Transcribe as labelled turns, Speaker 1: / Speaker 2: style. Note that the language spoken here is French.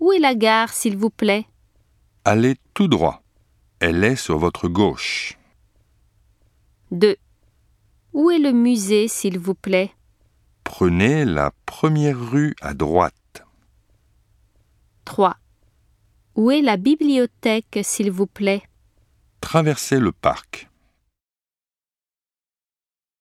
Speaker 1: Où est la gare, s'il vous plaît
Speaker 2: Allez tout droit. Elle est sur votre gauche.
Speaker 1: 2. Où est le musée, s'il vous plaît
Speaker 2: Prenez la première rue à droite.
Speaker 1: 3. Où est la bibliothèque, s'il vous plaît
Speaker 2: Traversez le parc.